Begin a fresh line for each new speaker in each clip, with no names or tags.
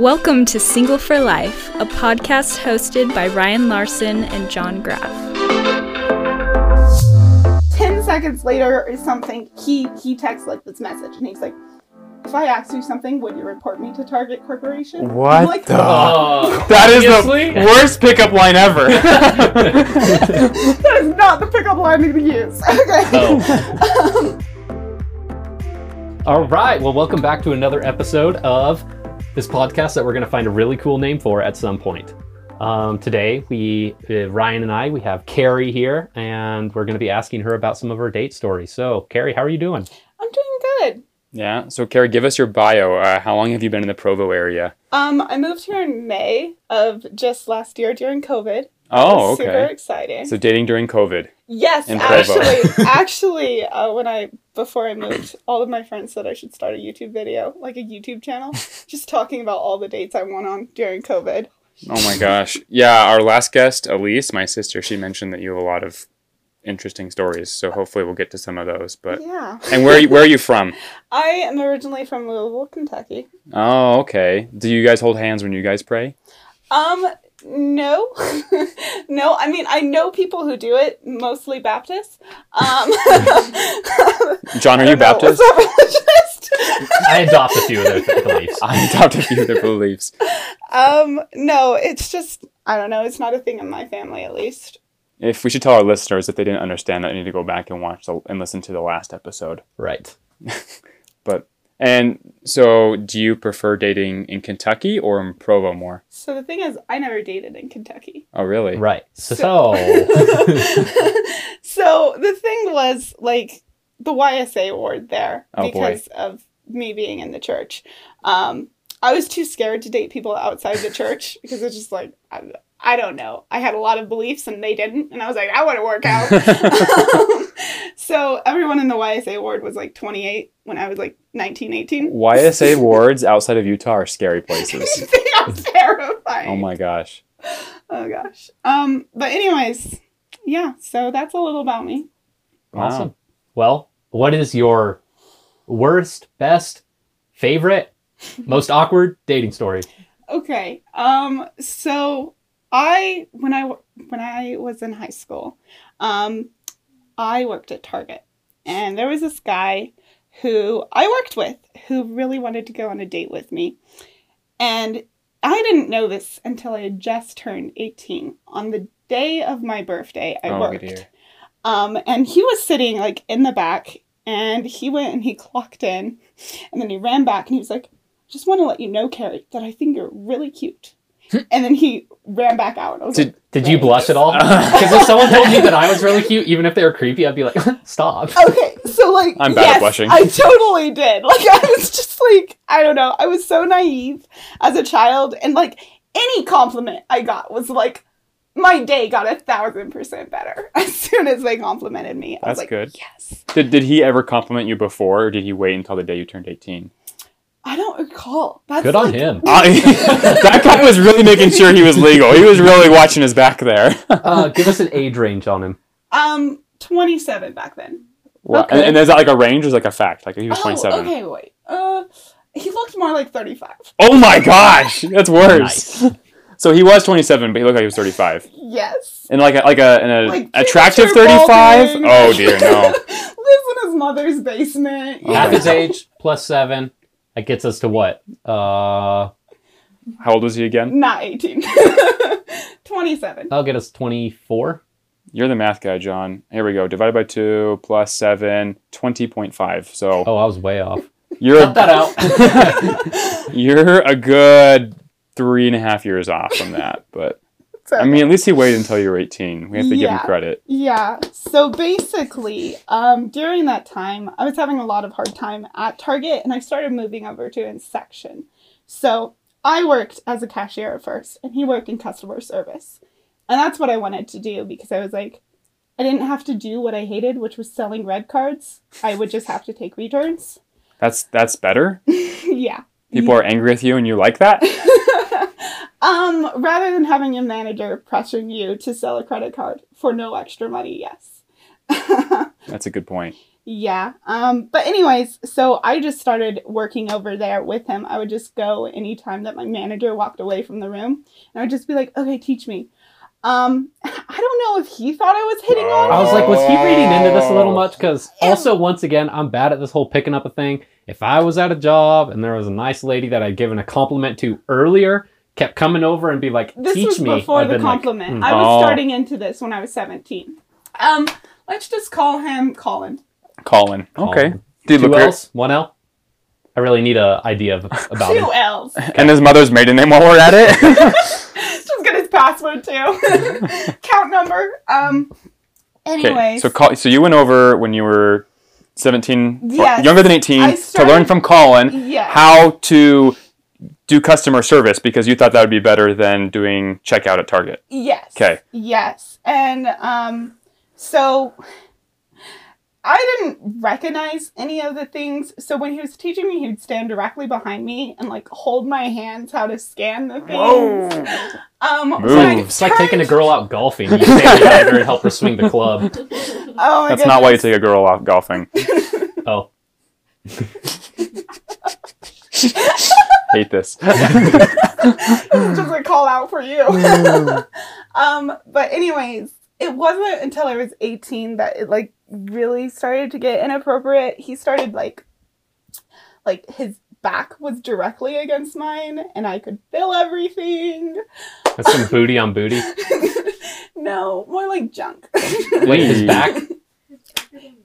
Welcome to Single for Life, a podcast hosted by Ryan Larson and John Graff.
10 seconds later or something, he he texts like this message and he's like, if I ask you something, would you report me to Target Corporation?
What
I'm like,
the-
Oh.
That is the
Obviously.
worst pickup line ever.
that is not the pickup line to use. Okay.
All right. Well, welcome back to another episode of this podcast that we're going to find a really cool name for at some point. Um, today, we uh, Ryan and I we have Carrie here, and we're going to be asking her about some of her date stories. So, Carrie, how are you doing?
I'm doing good.
Yeah. So, Carrie, give us your bio. Uh, how long have you been in the Provo area?
Um, I moved here in May of just last year during COVID.
Oh,
It's Super
okay.
exciting.
So, dating during COVID.
yes,
in Provo.
actually, actually, uh, when I before I moved, all of my friends said I should start a YouTube video, like a YouTube channel, just talking about all the dates I went on during COVID.
Oh my gosh. Yeah. Our last guest, Elise, my sister, she mentioned that you have a lot of interesting stories. So, hopefully, we'll get to some of those. But
Yeah.
and where are you, where are you from?
I am originally from Louisville, Kentucky.
Oh, okay. Do you guys hold hands when you guys pray?
Um, no, no. I mean, I know people who do it, mostly Baptists. Um,
John, are you Baptist?
Baptist?
I adopt a few of their beliefs.
I adopt a few of their beliefs.
um, no, it's just I don't know. It's not a thing in my family, at least.
If we should tell our listeners if they didn't understand that, they need to go back and watch the, and listen to the last episode.
Right.
But and so, do you prefer dating in Kentucky or in Provo more?
So the thing is, I never dated in Kentucky.
Oh, really?
Right. So,
So the thing was like the YSA award there
Oh, boy.
because of me being in the church. Um, I was too scared to date people outside the church because it's just like I, I don't know. I had a lot of beliefs and they didn't, and I was like, I want to work out. so everyone in the YSA award was like 28 when I was like 19, 18.
YSA wards outside of Utah are scary places.
they are terrifying.
oh my gosh.
Oh gosh. Um. But anyways, yeah. So that's a little about me.
Wow.
awesome. Well, what is your worst, best, favorite, most awkward dating story?
Okay. Um so I when I when I was in high school, um I worked at Target. And there was this guy who I worked with who really wanted to go on a date with me. And I didn't know this until I had just turned 18 on the day of my birthday. I
Oh,
worked.
dear.
Um, and he was sitting like in the back and he went and he clocked in and then he ran back and he was like, just want to let you know, Carrie, that I think you're really cute. and then he ran back out. I was
Hmm. Did-
like,
Did you
Right.
blush at all? Because if someone told me that I was really cute, even if they were creepy, I'd be like, stop.
Okay, so like
I'm bad at
yes,
blushing.
I totally did. Like I was just like I don't know. I was so naive as a child, and like any compliment I got was like my day got a thousand percent better as soon as they complimented me. I was
That's
like,
good.
Yes,
Did, did he ever compliment you before, or did he wait until the day you turned 18?
I don't recall. That's
Good on
like-
him.
I, that guy was really making sure he was legal. He was really watching his back there.
Uh, give us an age range on him.
Um, twenty-seven back then.
Wow. And, and is that like a range or is like a fact? Like he was 27.
Oh, okay, wait. Uh, he looked more like thirty-five.
Oh my gosh! That's worse.
Nice.
So he was 27, but he looked like he was 35.
Yes.
And like a, like a, an
Like,
attractive
premature
35?
balding.
Oh dear, no.
Lives in his mother's basement.
Oh,
Half
Okay.
his age plus seven. That gets us to what? Uh,
How old was he again?
Not 18. 27.
that'll get us 24.
You're the math guy, John. Here we go. Divided by 2 plus 7, 20.5. So
Oh, I was way off.
you're
Cut that out.
you're a good three and a half years off from that. But
So,
I mean, at least he waited until you were 18. We have to give
Yeah.
him credit.
yeah. So basically, um, during that time, I was having a lot of hard time at Target and I started moving over to in section. So I worked as a cashier at first and he worked in customer service. And that's what I wanted to do because I was like, I didn't have to do what I hated, which was selling red cards. I would just have to take returns.
That's that's better.
yeah.
People are angry with you, and you like that.
um, rather than having your manager pressuring you to sell a credit card for no extra money, yes.
That's a good point.
Yeah. Um, but anyways, so I just started working over there with him. I would just go anytime that my manager walked away from the room and I would just be like, okay, teach me. Um, I don't know if he thought I was hitting on
I was
him.
like, was he reading into this a little much? Because also, once again, I'm bad at this whole picking up a thing. If I was at a job and there was a nice lady that I'd given a compliment to earlier, kept coming over and be like,
this
Oh, teach
was
me.
before
I've
the
been like,
compliment.
"Mm."
I was
Oh.
starting into this when I was 17. Um, let's just call him Colin.
Colin. Okay.
Colin.
Dude,
Two
look at
L's, one L. I really need a idea of, about
Two
it.
L's.
And his mother's maiden name while we're at it.
just get his password too. Count number. Um.
okay.
Anyways,
So Col- so you went over when you were 17, or
Yes.
younger than 18,
I
to learn
started-
from Colin
Yes.
how to do customer service because you thought that would be better than doing checkout at Target.
yes.
'Kay.
Yes, and um, so I didn't recognize any of the things. So when he was teaching me, he'd stand directly behind me and like hold my hands how to scan the things. Oh. Um, when I
Move.
It's like taking a
turned-
girl out golfing. You stand behind her and help her swing the club.
Oh my
That's not why you
goodness.
take a girl off golfing.
Oh,
Hate this.
just a call out for you. um, but anyways, it wasn't until I was 18 that it like really started to get inappropriate. He started like like his back was directly against mine and I could feel everything.
that's some booty on booty.
No, more like junk.
Wait, his
Wee.
back?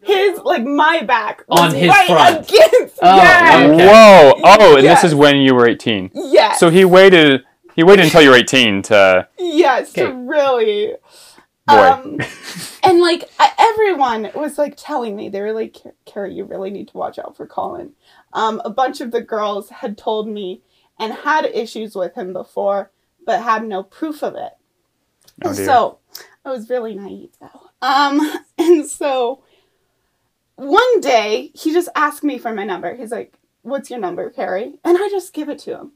his like my back was
On his
right
front.
against
Oh,
yes.
okay.
Whoa! Oh, and
Yes.
this is when you were 18.
Yes.
So he waited. He waited until you were 18 to
Yes, to
Okay.
really.
Boy.
Um, and like I- everyone was like telling me, they were like, "Car- "Carrie, you really need to watch out for Colin." Um, a bunch of the girls had told me and had issues with him before, but had no proof of it.
Oh, dear.
so I was really naive though. Um, and so one day he just asked me for my number. He's like, "What's your number, Carrie?" And I just give it to him.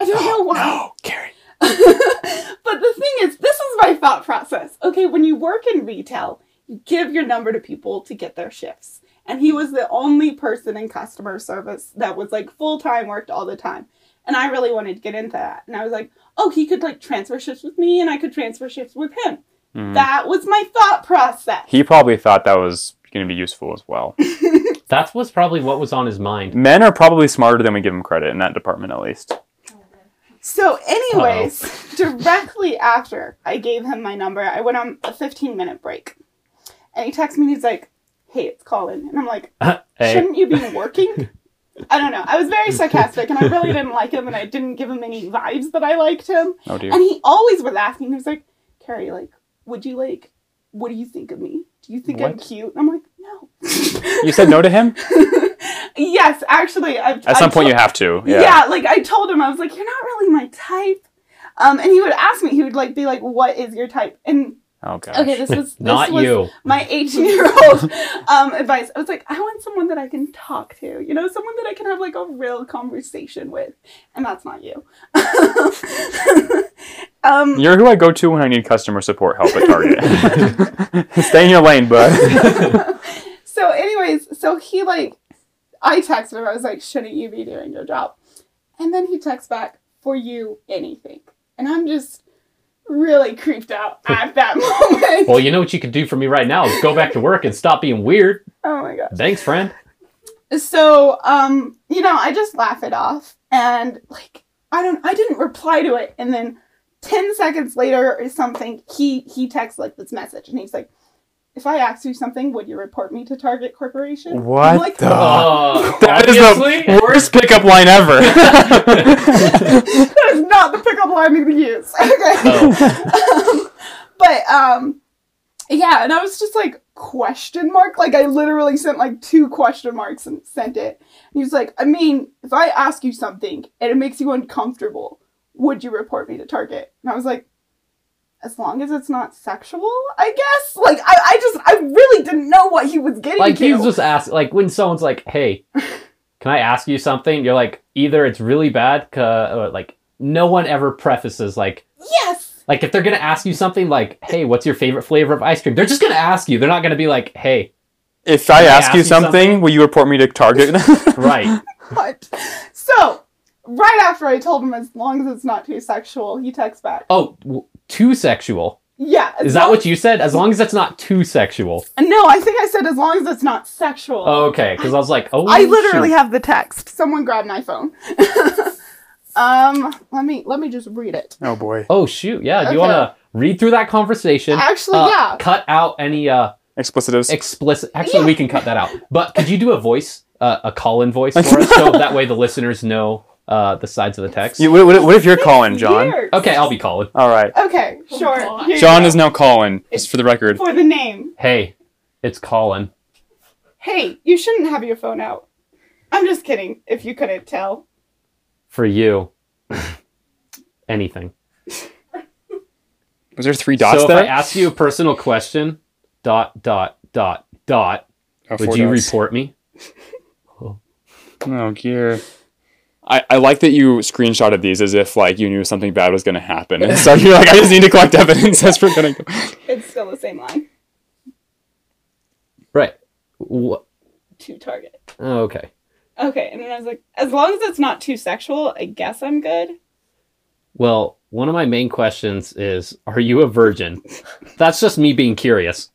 I don't know why
Carrie.
but the thing is, this is my thought process. Okay, when you work in retail, you give your number to people to get their shifts. And he was the only person in customer service that was like full time, worked all the time. And I really wanted to get into that. And I was like, oh, he could like transfer shifts with me and I could transfer shifts with him. That was my thought process.
He probably thought that was going to be useful as well.
That was probably what was on his mind.
Men are probably smarter than we give them credit in that department, at least.
So, anyways, directly after I gave him my number, I went on a 15 minute break. And he texts me and he's like, hey, it's Colin. And I'm like,
Hey,
Shouldn't you be working? I don't know. I was very sarcastic and I really didn't like him and I didn't give him any vibes that I liked him.
Oh dear.
And he always was asking, he was like, Carrie, like, would you like, what do you think of me? Do you think I'm
What?
cute? And I'm like, no.
You said no to him?
Yes, actually. I've,
At some
I
point, you
told-
have to. Yeah.
Yeah. like I told him, I was like, you're not really my type. Um, and he would ask me, he would like be like, what is your type? And
Oh, gosh.
okay, this was this
not
was,
you.
my 18 year old um, advice. I was like, I want someone that I can talk to, you know, someone that I can have like a real conversation with. And that's not you. um,
You're who I go to when I need customer support help at Target. Stay in your lane, bud.
so, anyways, so he like, I texted him, I was like, shouldn't you be doing your job? And then he texts back, for you, anything. And I'm just really creeped out at that moment.
Well, you know what you could do for me right now is go back to work and stop being weird.
oh my God.
Thanks, friend.
so um you know i just laugh it off and like i don't i didn't reply to it and then 10 seconds later or something he he texts like this message and he's like if i asked you something would you report me to target corporation I'm
What
like,
the-
Uh,
That is the worst pickup line ever.
that is not the pickup line i'm gonna use okay but um yeah and i was just like question mark like i literally sent like two question marks and sent it and he was like i mean if i ask you something and it makes you uncomfortable would you report me to target and i was like as long as it's not sexual i guess like i, I just i really didn't know what he was getting
like
to.
he's just ask like when someone's like hey can i ask you something you're like either it's really bad 'ca- or like no one ever prefaces like
yes
like if they're gonna ask you something like hey what's your favorite flavor of ice cream they're just gonna ask you they're not gonna be like hey
If I
Can I
ask you something, will you report me to Target?
Right.
What? So, right after I told him, as long as it's not too sexual, he texts back.
Oh, w- too sexual.
Yeah. as
Is that
long-
what you said? As long as that's not too sexual.
No, I think I said as long as it's not sexual.
Okay, because I was like, oh,
I literally
shoot.
have the text. Someone grab my phone. um, let me let me just read it.
oh boy.
Oh shoot! Yeah, do you
Okay.
want to read through that conversation?
Actually,
Uh,
yeah.
Cut out any uh
Explicitives.
explicit. Actually,
Yeah.
we can cut that out. But could you do a voice, uh, a call-in voice for us, so that way the listeners know uh, the sides of the text?
You- what, what, what if you're calling, John?
Weird.
Okay, I'll be calling.
All right.
Okay, sure.
God.
Here you
John
go.
is now calling, just for the record.
for the name.
Hey, it's Colin.
Hey, you shouldn't have your phone out. I'm just kidding. If you couldn't tell.
for you. Anything.
Was there three dots
so
there?
if I ask you a personal question, dot dot dot dot,
Oh,
would
four
you
dots.
report me?
Oh dear. I, I like that you screenshotted these as if like you knew something bad was going to happen, and so you're like, I just need to collect evidence as we're going to go.
It's still the same line.
Right. Wha
To target.
okay.
Okay, and then I was like, as long as it's not too sexual, I guess I'm good.
Well, one of my main questions is, are you a virgin? That's just me being curious.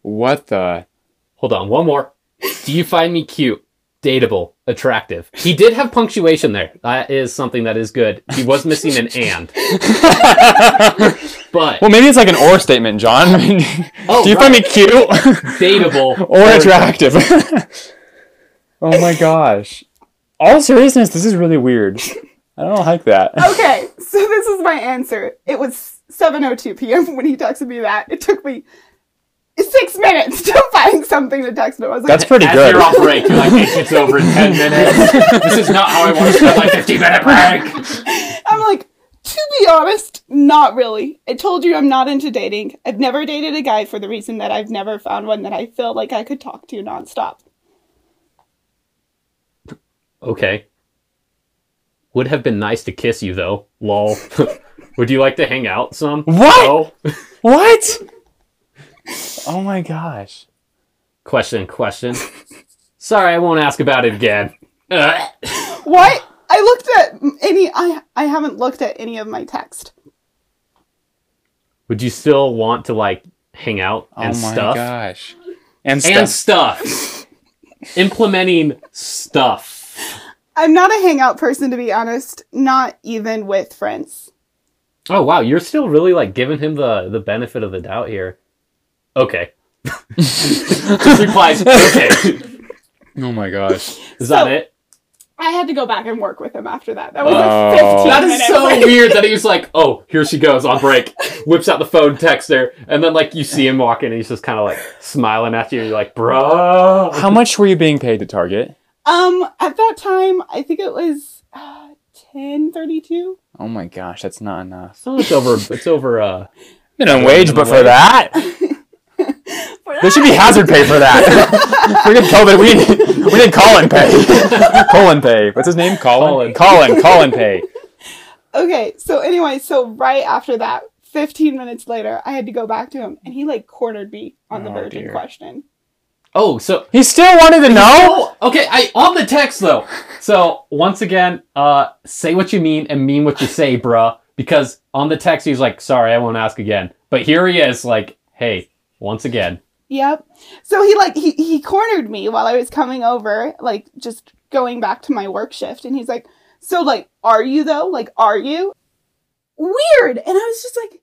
What the?
Hold on, one more. Do you find me cute, dateable, attractive? He did have punctuation there. That is something that is good. He was missing an and. But
Well, maybe it's like an or statement, John. I mean,
Oh,
do you find me cute
dateable
or attractive? oh my gosh. All seriousness, this is really weird. I don't like that.
Oh.
Okay, so this is my answer. It was 7:02 p.m. when he texted me that. It took me six minutes to find something to text him. I was like,
That's pretty
As
good.
you're off break, you're like, it gets over in 10 minutes. this is not how I want to spend my 15 minute break.
I'm like, to be honest, not really. I told you I'm not into dating. I've never dated a guy for the reason that I've never found one that I feel like I could talk to nonstop.
Okay. Would have been nice to kiss you, though. Lol. Would you like to hang out some?
What?
No.
What? Oh my gosh.
Question, question. Sorry, I won't ask about it again. Ugh.
What? I looked at any. I I haven't looked at any of my text.
Would you still want to, like, hang out and
oh my
stuff?
gosh. And stuff.
And stuff. Implementing stuff.
I'm not a hangout person, to be honest. Not even with friends.
Oh, wow. You're still really, like, giving him the, the benefit of the doubt here. Okay. Just replies, okay.
oh my gosh.
Is
So-
that it?
I had to go back and work with him after that. That was
Oh.
like 15
That is
minutes.
so weird that he was like, oh, here she goes on break, whips out the phone, texts her, and then like you see him walking and he's just kind of like smiling at you and you're like, bro.
How much were you being paid to Target?
Um, at that time, I think it was uh, 10:32.
Oh my gosh, that's not enough.
So it's over, it's over, uh,
Minimum wage, but for that, there should be hazard pay for that. we did COVID. We did, we did Colin pay. Colin pay. What's his name? Colin. Colin. Colin pay.
Okay, so anyway, so right after that, 15 minutes later, I had to go back to him, and he like cornered me on the
Oh,
virgin
dear.
question.
oh, so.
He still wanted to know.
Oh, okay. I on the text though. So once again, uh, say what you mean and mean what you say, bruh. Because on the text he's like, "Sorry, I won't ask again." But here he is, like, "Hey, once again."
Yep. So he like he he cornered me while I was coming over, like just going back to my work shift, and he's like, "So like, are you though? Like, are you?" Weird. And I was just like,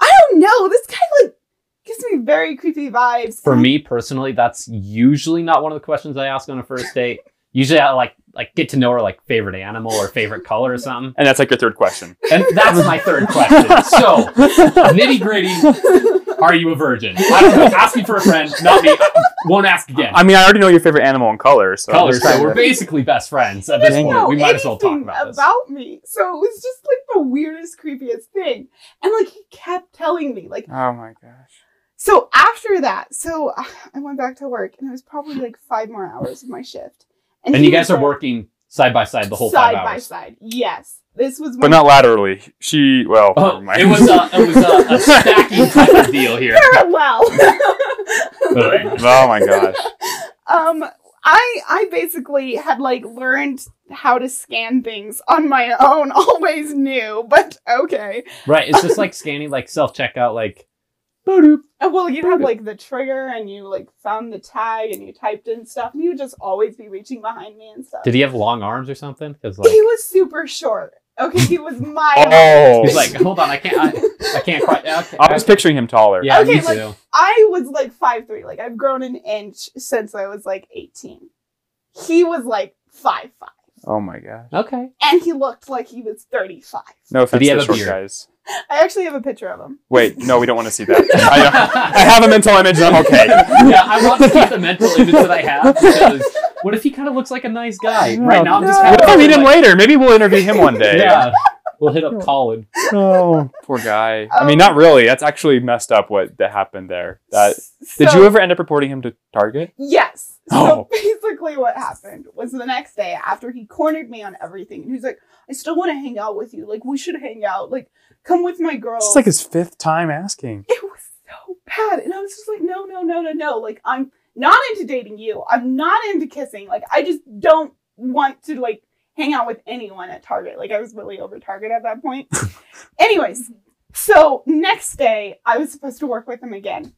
I don't know. This guy like gives me very creepy vibes.
For me personally, that's usually not one of the questions I ask on a first date. Usually, I like like get to know her like favorite animal or favorite color or something,
And that's like your third question.
and that's my third question. So nitty gritty, are you a virgin? I don't know. Ask me for a friend, not me. Won't ask again.
I mean, I already know your favorite animal and color. So I'm
Colors,
just
so
trying
we're
to-
basically best friends at this
Dang
point.
it.
We might as well talk
anything
about this.
about me. So it was just like the weirdest, creepiest thing. And like he kept telling me, like,
Oh my gosh.
so after that, so uh, I went back to work and it was probably like five more hours of my shift.
And
he
you guys
was
are
there
working side by side the whole
side
five
by
hours.
side. Yes, this was
But
my
not laterally. She well.
Oh,
never mind.
it was a it was a, a stacking type of deal here.
parallel.
oh my gosh.
Um, I I basically had like learned how to scan things on my own. Always knew, but okay.
Right. It's just like scanning, like self checkout, like
Uh, Well, you had like the trigger, and you like found the tag, and you typed in stuff, and you would just always be reaching behind me and stuff.
Did he have long arms or something? Because like
he was super short. Okay, he was my.
Oh.
he's like, hold on, I can't, I, I can't quite. Okay,
I was picturing him taller.
yeah,
Okay,
me
like-
too.
I was like five three. Like I've grown an inch since I was like eighteen. He was like five five,
Oh my gosh.
Okay.
and he looked like he was thirty five.
No offense,
he have
to
a
short
beard?
guys.
I actually have a picture of him.
Wait, no, we don't want to see that. I, I
yeah,
have a mental image. I'm okay.
I want to keep the mental image that I have because what if he kind of looks like a nice guy? Right now, I'm just.
No.
What if I meet him
like-
later? Maybe we'll interview him one day.
Yeah. We'll hit up Colin.
Oh, poor guy. I mean,
Oh.
not really. That's actually messed up. What that happened there? That did
So-
you ever end up reporting him to Target?
Yes.
Oh.
So basically, what happened was the next day after he cornered me on everything, and he was like, "I still want to hang out with you. Like we should hang out. Like come with my girls."
It's like his fifth time asking.
it was so bad, and I was just like, "No, no, no, no, no. Like I'm not into dating you. I'm not into kissing. Like I just don't want to like hang out with anyone at Target. Like I was really over Target at that point." Anyways, so next day I was supposed to work with him again.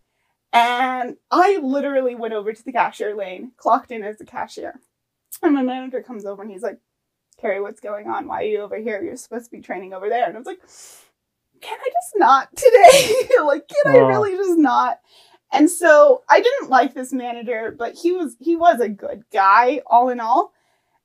And I literally went over to the cashier lane, clocked in as the cashier. And my manager comes over and he's like, Carrie, what's going on? Why are you over here? You're supposed to be training over there. And I was like, can I just not today? like, can
Aw.
I really just not? And so I didn't like this manager, but he was he was a good guy all in all.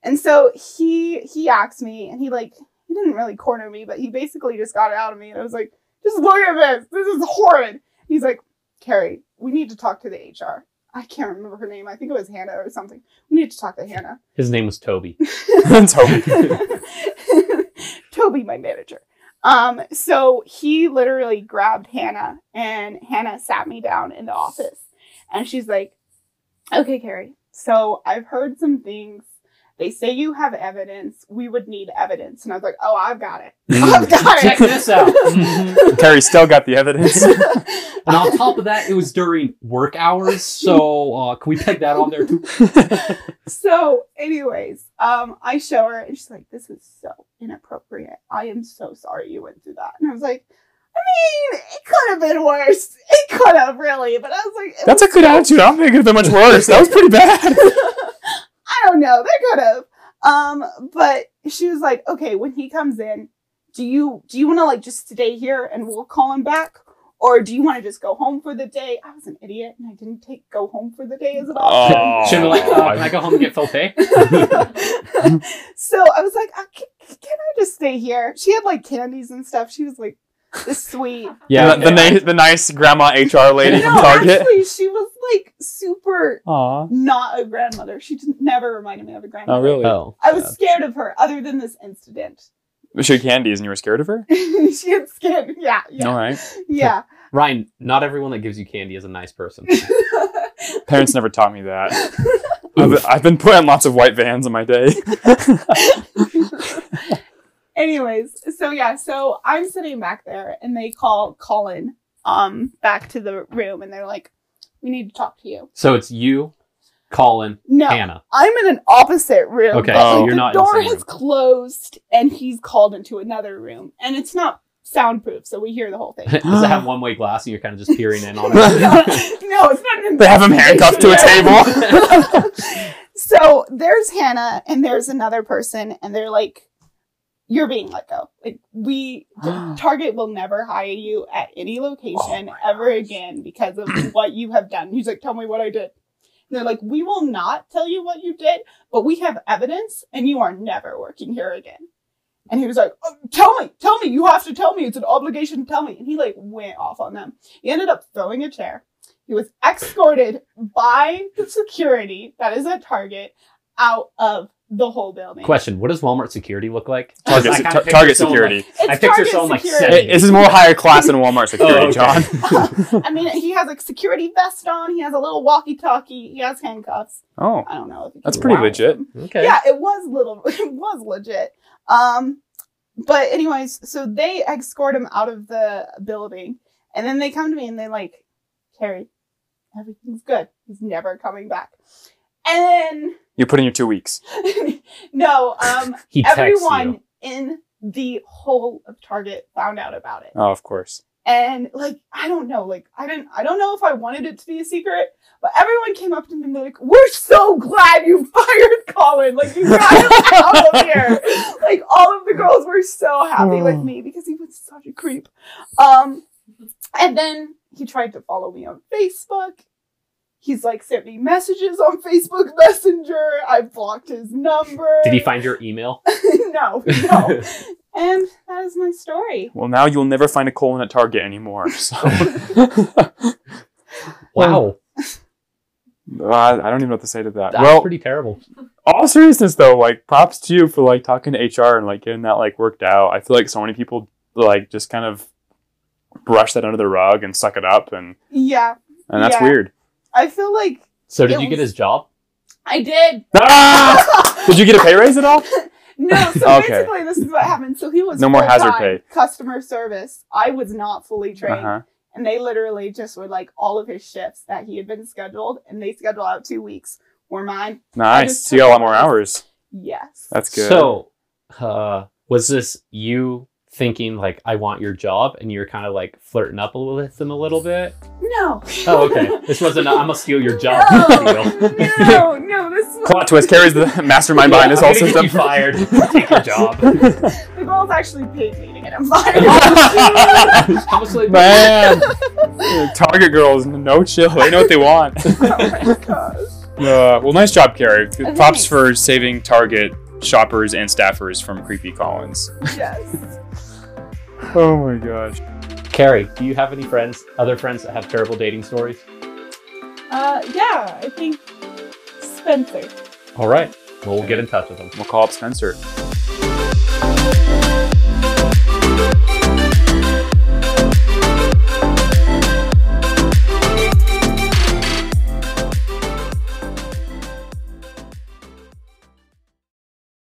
And so he he asked me and he like he didn't really corner me, but he basically just got it out of me and I was like, just look at this. This is horrid. He's like, Carrie, we need to talk to the HR. I can't remember her name. I think it was Hannah or something. We need to talk to Hannah.
His name was Toby.
Let's hope.
Toby, my manager. Um, so he literally grabbed Hannah and Hannah sat me down in the office and she's like, Okay, Carrie, so I've heard some things. They say you have evidence. We would need evidence. And I was like, Oh, I've got it. I've got
Check
it.
this out. Mhm.
Carrie still got the evidence.
And on top of that, it was during work hours, so uh, can we peg that on there too?
so anyways um i show her and she's like this is so inappropriate i am so sorry you went through that and i was like i mean it could have been worse it could have really but i was like it
That's a
was
good
so-
attitude. I don't think it could have been much worse. That was pretty bad.
i don't know they could have um but she was like okay when he comes in do you do you want to like just stay here and we'll call him back or do you want to just go home for the day? I was an idiot and I didn't take go home for the day as an option.
Oh.
Should we like, uh, can I go home and get Felipe?
so I was like, I can, can I just stay here? She had like candies and stuff. She was like, this sweet.
Yeah, the, the, ni- the nice grandma HR lady
no,
from Target.
actually, she was like super
Aw.
not a grandmother. She didn't, never reminded me of a grandmother.
Oh, really?
Oh.
I was scared of her, other than this incident.
She had candies and you were scared of her?
she had scared. Yeah, yeah,
All right.
yeah.
Ryan, not everyone that gives you candy is a nice person.
Parents never taught me that. I've, I've been put in lots of white vans in my day.
Anyways, so yeah, so I'm sitting back there and they call Colin um back to the room and they're like, we need to talk to you.
So it's you, Colin,
No,
Hannah.
I'm in an opposite room.
Okay,
so
Like,
you're
the
not in the
door
same
is
room.
closed, and he's called into another room, and it's not soundproof, so we hear the whole thing.
Does it have one way glass and you're kind of just peering in on it?
no, no, it's not. An
They have him handcuffed to a table.
So there's Hannah, and there's another person, and they're like, "You're being let go. Like we, Target will never hire you at any location
Oh
ever again because of what you have done." He's like, "Tell me what I did." And they're like, "We will not tell you what you did, but we have evidence, and you are never working here again." And he was like, oh, "Tell me, tell me. You have to tell me. It's an obligation to tell me." And he like went off on them. He ended up throwing a chair. He was escorted by the security that is at Target out of the whole building.
Question What does Walmart security look like?
Target,
I
se-
kinda
tar-
picture
target
someone
security.
It's
I picture someone, like,
It- this is more higher class than Walmart security,
Oh, okay.
John.
I mean, he has a security vest on. He has a little walkie-talkie. He has handcuffs.
Oh,
I don't know. If you
that's
can
pretty
watch
legit.
them.
Like, okay.
Yeah, it was little. It was legit. Um, but anyways, so they escort him out of the building, and then they come to me and they're like, "Carrie, everything's good. He's never coming back. And
You put in your two weeks.
then, no, um,
He texts you.
everyone in the whole of Target found out about it.
Oh, of course.
And like, I don't know, like, I didn't, I don't know if I wanted it to be a secret, but everyone came up to me and they're like, "We're so glad you fired Colin! Like, you got him out of here!" Like, all of the girls were so happy with me because he was such a creep. Um, and then he tried to follow me on Facebook. He's like sent me messages on Facebook Messenger. I blocked his number.
Did he find your email?
no, no. and that is my story.
Well, now you'll never find a colon at Target anymore. So
wow,
Uh, I don't even know what to say to that.
that's
well,
pretty terrible.
all seriousness though, like props to you for like talking to HR and like getting that like worked out. I feel like so many people like just kind of brush that under the rug and suck it up, and
Yeah,
and that's
Yeah.
weird.
I feel like
So did
It
you get
was-
his job?
I did.
Ah! Did you get a pay raise at all?
No, so
Okay.
basically this is what happened. So he was
No more hazard
full-time
pay.
customer service. I was not fully trained,
Uh-huh.
and they literally just were like all of his shifts that he had been scheduled, and they schedule out two weeks were mine.
Nice.
just
So you got a lot
took
more
it.
hours.
Yes.
That's good.
So, uh, was this you thinking like I want your job, and you're kind of like flirting up with him a little bit?
no.
Oh, okay. This wasn't. i am I'm gonna steal your job. deal.
No, no, no, this was,
plot twist. Carrie's the mastermind behind this
I'm
whole
gonna
system.
Get you fired. Take your job.
the girls actually paid me to get him fired.
Man,
How much like
Target girls, no chill. They know what they want.
oh my gosh.
Uh, well, nice job, Carrie. Props
Thanks.
for saving Target shoppers and staffers from creepy Collins.
Yes.
Oh my gosh.
Carrie, do you have any friends, other friends that have terrible dating stories?
Uh, yeah, I think Spencer.
All right. Well, we'll get in touch with them.
We'll call up Spencer.